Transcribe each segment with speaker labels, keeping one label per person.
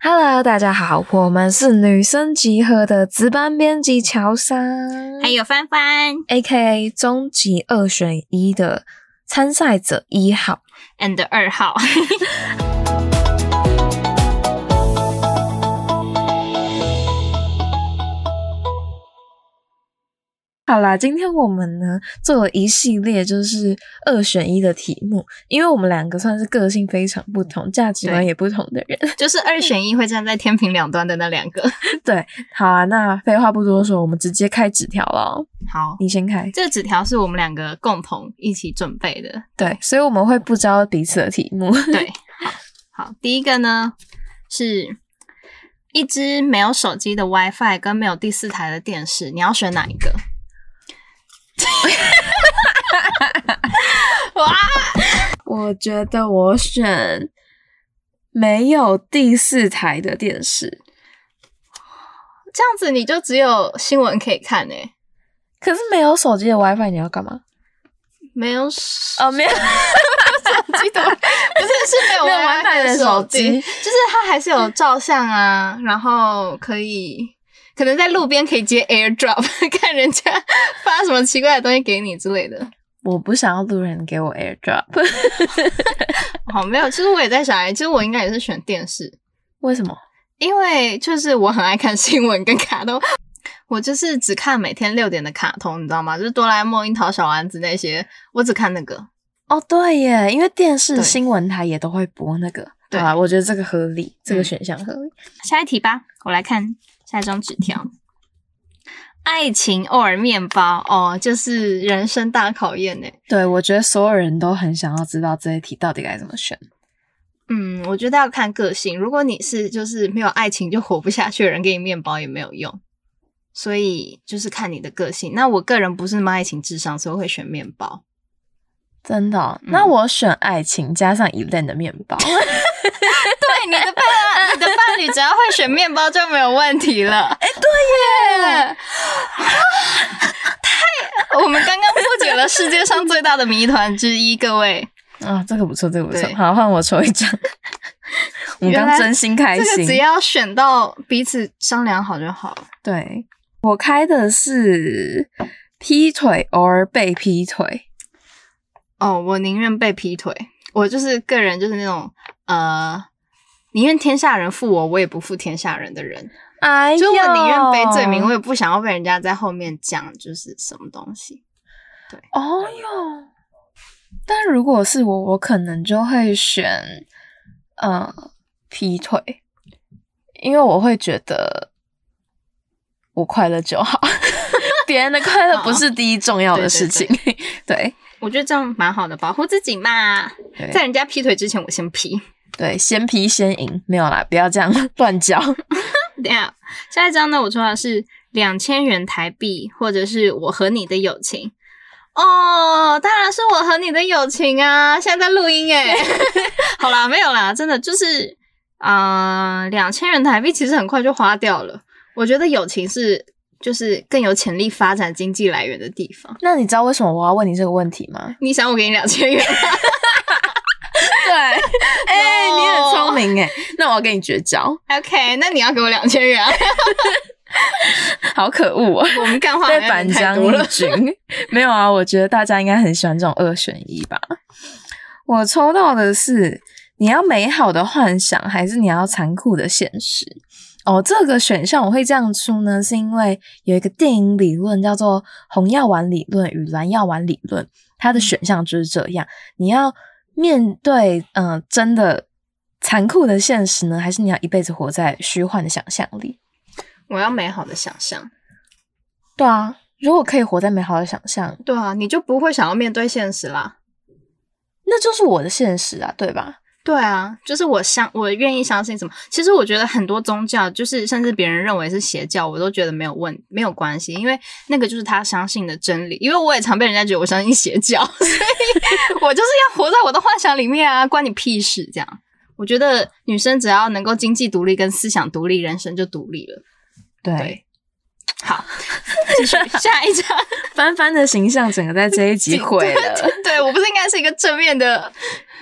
Speaker 1: Hello，大家好，我们是女生集合的值班编辑乔莎，
Speaker 2: 还有帆帆
Speaker 1: A.K.A 终极二选一的参赛者一号。
Speaker 2: and 二号。
Speaker 1: 好啦，今天我们呢做了一系列就是二选一的题目，因为我们两个算是个性非常不同、价值观
Speaker 2: 对
Speaker 1: 也不同的人。
Speaker 2: 就是二选一会站在天平两端的那两个。
Speaker 1: 对， 好啊，那废话不多说，我们直接开纸条了。
Speaker 2: 好，
Speaker 1: 你先开。
Speaker 2: 这个纸条是我们两个共同一起准备的。
Speaker 1: 对，所以我们会不知道彼此的题目。
Speaker 2: 对，好，好，第一个呢是一只没有手机的 WiFi 跟没有第四台的电视，你要选哪一个？
Speaker 1: 我觉得我选没有第四台的电视，
Speaker 2: 这样子你就只有新闻可以看欸诶、
Speaker 1: 可是没有手机的 WiFi 你要干嘛？
Speaker 2: 没有
Speaker 1: 哦， 没有
Speaker 2: 手机的，不是是没有
Speaker 1: 没有
Speaker 2: WiFi
Speaker 1: WiFi 的手机
Speaker 2: 就是它还是有照相啊，然后可以可能在路边可以接 AirDrop，看 人家发什么奇怪的东西给你之类的。
Speaker 1: 我不想要路人给我 AirDrop，
Speaker 2: 好，哦没有，其实我也在想，哎其实我应该也是选电视，
Speaker 1: 为什么？
Speaker 2: 因为就是我很爱看新闻跟卡通。我就是只看每天六点的卡通，你知道吗？就是哆啦 A 梦、樱桃小丸子那些，我只看那个。
Speaker 1: 哦，对耶，因为电视
Speaker 2: 对
Speaker 1: 新闻台也都会播那个。
Speaker 2: 对
Speaker 1: 啊，我觉得这个合理，这个
Speaker 2: 嗯
Speaker 1: 选项合理。
Speaker 2: 下一题吧，我来看下一张纸条。爱情偶尔面包哦，就是人生大考验呢。
Speaker 1: 对，我觉得所有人都很想要知道这一题到底该怎么选。
Speaker 2: 嗯，我觉得要看个性。如果你是就是没有爱情就活不下去的人，给你面包也没有用。所以就是看你的个性。那我个人不是那么爱情至上，所以我会选面包。
Speaker 1: 真的哦、那
Speaker 2: 嗯
Speaker 1: 我选爱情加上 Elen 的面 包。
Speaker 2: 对，你的伴你的伴侣只要会选面包就没有问题了。哎、对耶，啊太我们刚刚破解了世界上最大的谜团之一，各位。
Speaker 1: 啊，这个不错，这个不错
Speaker 2: 对。
Speaker 1: 好，换我抽一 张。我们
Speaker 2: 原
Speaker 1: 刚
Speaker 2: 来
Speaker 1: 真心开
Speaker 2: 这个
Speaker 1: 心
Speaker 2: 只。要选到彼此商量好就好了。
Speaker 1: 对，我开的是劈腿，偶尔被劈腿。
Speaker 2: 哦，我宁愿被劈腿，我就是个人就是那种呃，宁愿天下人负我，我也不负天下人的人。
Speaker 1: 哎呦，
Speaker 2: 就我宁愿背罪名，我也不想要被人家在后面讲就是什么东西。
Speaker 1: 哦哟。但如果是我，我可能就会选呃劈腿，因为我会觉得我快乐就好， 别人的快乐不是第一重要的
Speaker 2: 对对
Speaker 1: 事情。对
Speaker 2: 我觉得这样蛮好的，保护自己嘛。
Speaker 1: 对
Speaker 2: 在人家劈腿之前，我先劈。
Speaker 1: 对，先劈先赢，没有啦，不要这样乱叫。
Speaker 2: 等一下，下一张呢？我抽到的是两千元台币，或者是我和你的友情。哦，当然是我和你的友情啊！现在在录音 诶好啦，没有啦，真的就是，啊，两千元台币其实很快就花掉了。我觉得友情是就是更有潜力发展经济来源的地方。
Speaker 1: 那你知道为什么我要问你这个问题吗？
Speaker 2: 你想我给你两千 元，
Speaker 1: 对， 哎、
Speaker 2: No
Speaker 1: 你很聪明哎，那我要跟你绝交，
Speaker 2: ？OK，那你要给我两千元啊、
Speaker 1: 好可恶啊！
Speaker 2: 我们干话好
Speaker 1: 被
Speaker 2: 像有
Speaker 1: 反
Speaker 2: 点太
Speaker 1: 将
Speaker 2: 多
Speaker 1: 一
Speaker 2: 了。
Speaker 1: 军， 没有啊？我觉得大家应该很喜欢这种二选一吧。我抽到的是你要美好的幻想，还是你要残酷的现实？哦，这个选项我会这样出呢，是因为有一个电影理论叫做红药丸理论与蓝药丸理论，它的
Speaker 2: 嗯
Speaker 1: 选项就是这样。你要面对嗯、呃真的残酷的现实呢，还是你要一辈子活在虚幻的想象里？
Speaker 2: 我要美好的想象。
Speaker 1: 对啊，如果可以活在美好的想象，
Speaker 2: 对啊，你就不会想要面对现实啦。
Speaker 1: 那就是我的现实啊，对吧？
Speaker 2: 对啊，就是我相我愿意相信什么。其实我觉得很多宗教，就是甚至别人认为是邪教，我都觉得没有问没有关系，因为那个就是他相信的真理。因为我也常被人家觉得我相信邪教， 所以我就是要活在我的幻想里面啊，关你屁事！这样，我觉得女生只要能够经济独立跟思想独立，人生就独立了。
Speaker 1: 对，
Speaker 2: 对，好，继续 下一张。
Speaker 1: 帆帆的形象整个在这一 集毁了，
Speaker 2: 对我不是应该是一个正面的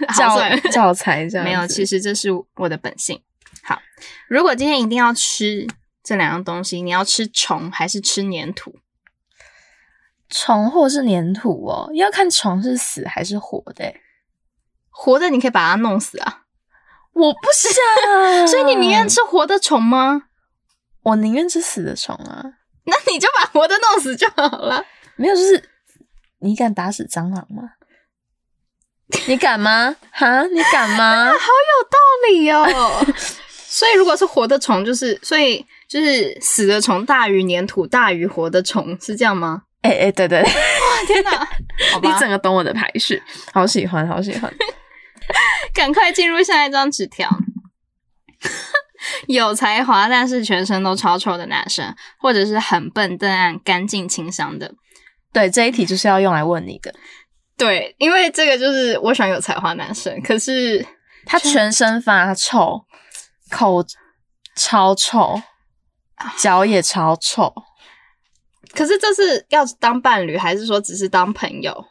Speaker 2: 好
Speaker 1: 教
Speaker 2: 算了
Speaker 1: 教材这样子
Speaker 2: 没有，其实这是我的本性。如果今天一定要吃这两样东西，你要吃虫还是吃粘土？
Speaker 1: 虫或是粘土哦，要看虫是死还是活的欸、
Speaker 2: 活的你可以把它弄死啊，
Speaker 1: 我不想
Speaker 2: 所以你宁愿吃活的虫吗？
Speaker 1: 我宁愿吃死的虫啊，
Speaker 2: 那你就把活的弄死就好了。
Speaker 1: 没有就是你敢打死蟑螂吗？你敢吗？哈，你敢吗？
Speaker 2: 道理哦。 所以如果是活的虫，就是所以就是死的虫大于粘土大于活的虫，是这样吗？
Speaker 1: 哎哎、对对对，
Speaker 2: 天 哪！好
Speaker 1: 你
Speaker 2: 吧
Speaker 1: 整，个懂我的排序，好喜欢，好喜 欢。
Speaker 2: 赶快进入下一张纸条。 有才华但是全身都超臭的男生，或者是很笨但干净清香的。
Speaker 1: 对，这一题就是要用来问你的。
Speaker 2: 对，因为这个就是我喜欢有才华男生，可是
Speaker 1: 他全身发臭，口超臭，
Speaker 2: 啊
Speaker 1: 脚也超臭。
Speaker 2: 可是这是要当伴侣，还是说只是当朋友？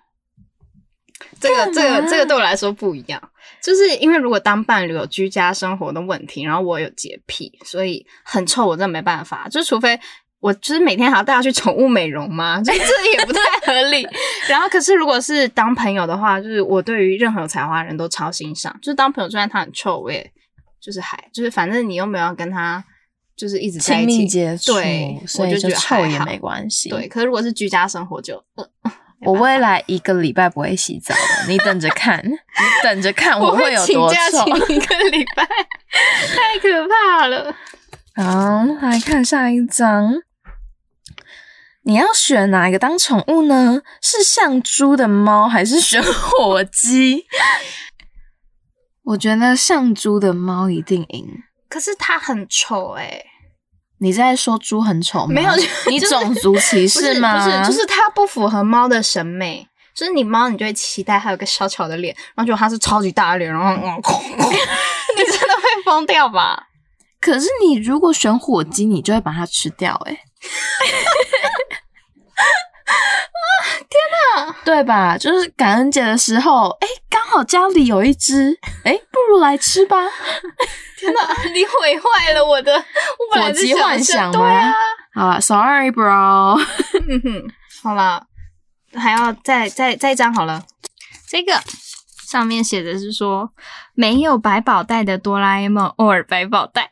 Speaker 2: 这个
Speaker 1: 干嘛
Speaker 2: 这个这个对我来说不一样，就是因为如果当伴侣有居家生活的问题，然后我有洁癖，所以很臭，我真的没办法。就除非我就是每天还要带他去宠物美容嘛， 就这也不太合 理。然后可是如果是当朋友的话，就是我对于任何有才华的人都超欣赏，就是当朋友，就算他很臭，我也就是还就是反正你又没有要跟他就是一直在
Speaker 1: 亲
Speaker 2: 一
Speaker 1: 密
Speaker 2: 起
Speaker 1: 接触
Speaker 2: 对，
Speaker 1: 所
Speaker 2: 我
Speaker 1: 以
Speaker 2: 就觉得
Speaker 1: 臭
Speaker 2: 还
Speaker 1: 也
Speaker 2: 好
Speaker 1: 没关系。
Speaker 2: 对，，可是如果是居家生活就，呃、
Speaker 1: 我未来一个礼拜不会洗澡了，你等着 看，你等着看
Speaker 2: 嗯我
Speaker 1: 会有
Speaker 2: 请
Speaker 1: 多
Speaker 2: 假
Speaker 1: 臭。
Speaker 2: 请一个礼拜， 太可怕了。
Speaker 1: 好，来看下一张。你要选哪一个当宠物呢？是像猪的猫，还是选火鸡？ 我觉得像猪的猫一定赢。
Speaker 2: 可是它很丑哎、
Speaker 1: 你在说猪很丑吗？
Speaker 2: 没有就
Speaker 1: 你
Speaker 2: 就是
Speaker 1: 种族歧
Speaker 2: 不是
Speaker 1: 视吗？
Speaker 2: 不是，就是它不符合猫的审美。就是你猫，你就会期待它有个小巧的脸，然后结果它是超级大的脸，然后嗯， 你真的会疯掉吧？
Speaker 1: 可是你如果选火鸡，你就会把它吃掉、 欸，哎。天哪，对吧？就是感恩节的时候，哎、刚好家里有一只，哎、不如来吃吧。
Speaker 2: 天哪，你毁坏了我的，我本来是
Speaker 1: 火鸡
Speaker 2: 想
Speaker 1: 幻想吗
Speaker 2: 对啊，
Speaker 1: 好啊，sorry bro。
Speaker 2: 嗯哼，好啦，还要再再再一张好了。这个上面写的是说，没有百宝袋的哆啦 A 梦， 偶尔百宝袋。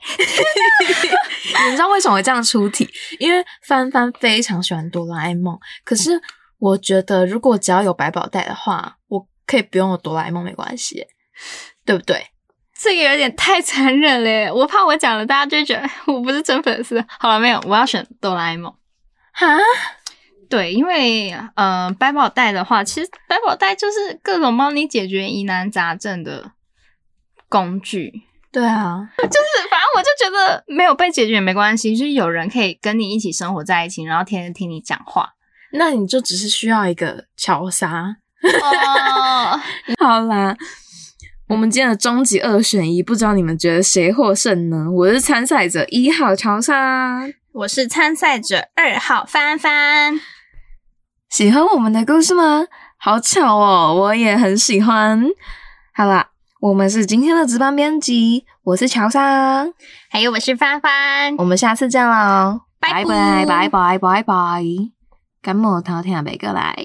Speaker 1: 你知道为什么会这样出题？因为帆帆非常喜欢哆啦 A 梦，可是我觉得如果只要有百宝袋的话，我可以不用有哆啦 A 梦没关系、欸对不对？
Speaker 2: 这个有点太残忍了耶，我怕我讲了大家就觉得我不是真粉丝。好了，没有，我要选哆啦 A 梦。
Speaker 1: 哈，
Speaker 2: 对，因为呃，百宝袋的话，其实百宝袋就是各种帮你解决疑难杂症的工具。
Speaker 1: 对啊，
Speaker 2: 反正我就觉得没有被解决也没关系，就是有人可以跟你一起生活在一起，然后天天听你讲话。
Speaker 1: 那你就只是需要一个乔莎。
Speaker 2: 哦，
Speaker 1: 好啦，我们今天的终极二选一，不知道你们觉得谁获胜呢？我是参赛者一号乔莎。
Speaker 2: 我是参赛者二号帆帆，
Speaker 1: 喜欢我们的故事吗？好巧哦，我也很喜欢。好啦，我们是今天的值班编辑，我是乔莎，
Speaker 2: 还有我是帆帆
Speaker 1: 我，们下次见喽，拜
Speaker 2: 拜
Speaker 1: 拜
Speaker 2: 拜
Speaker 1: 拜拜拜拜，感冒头听袂过来。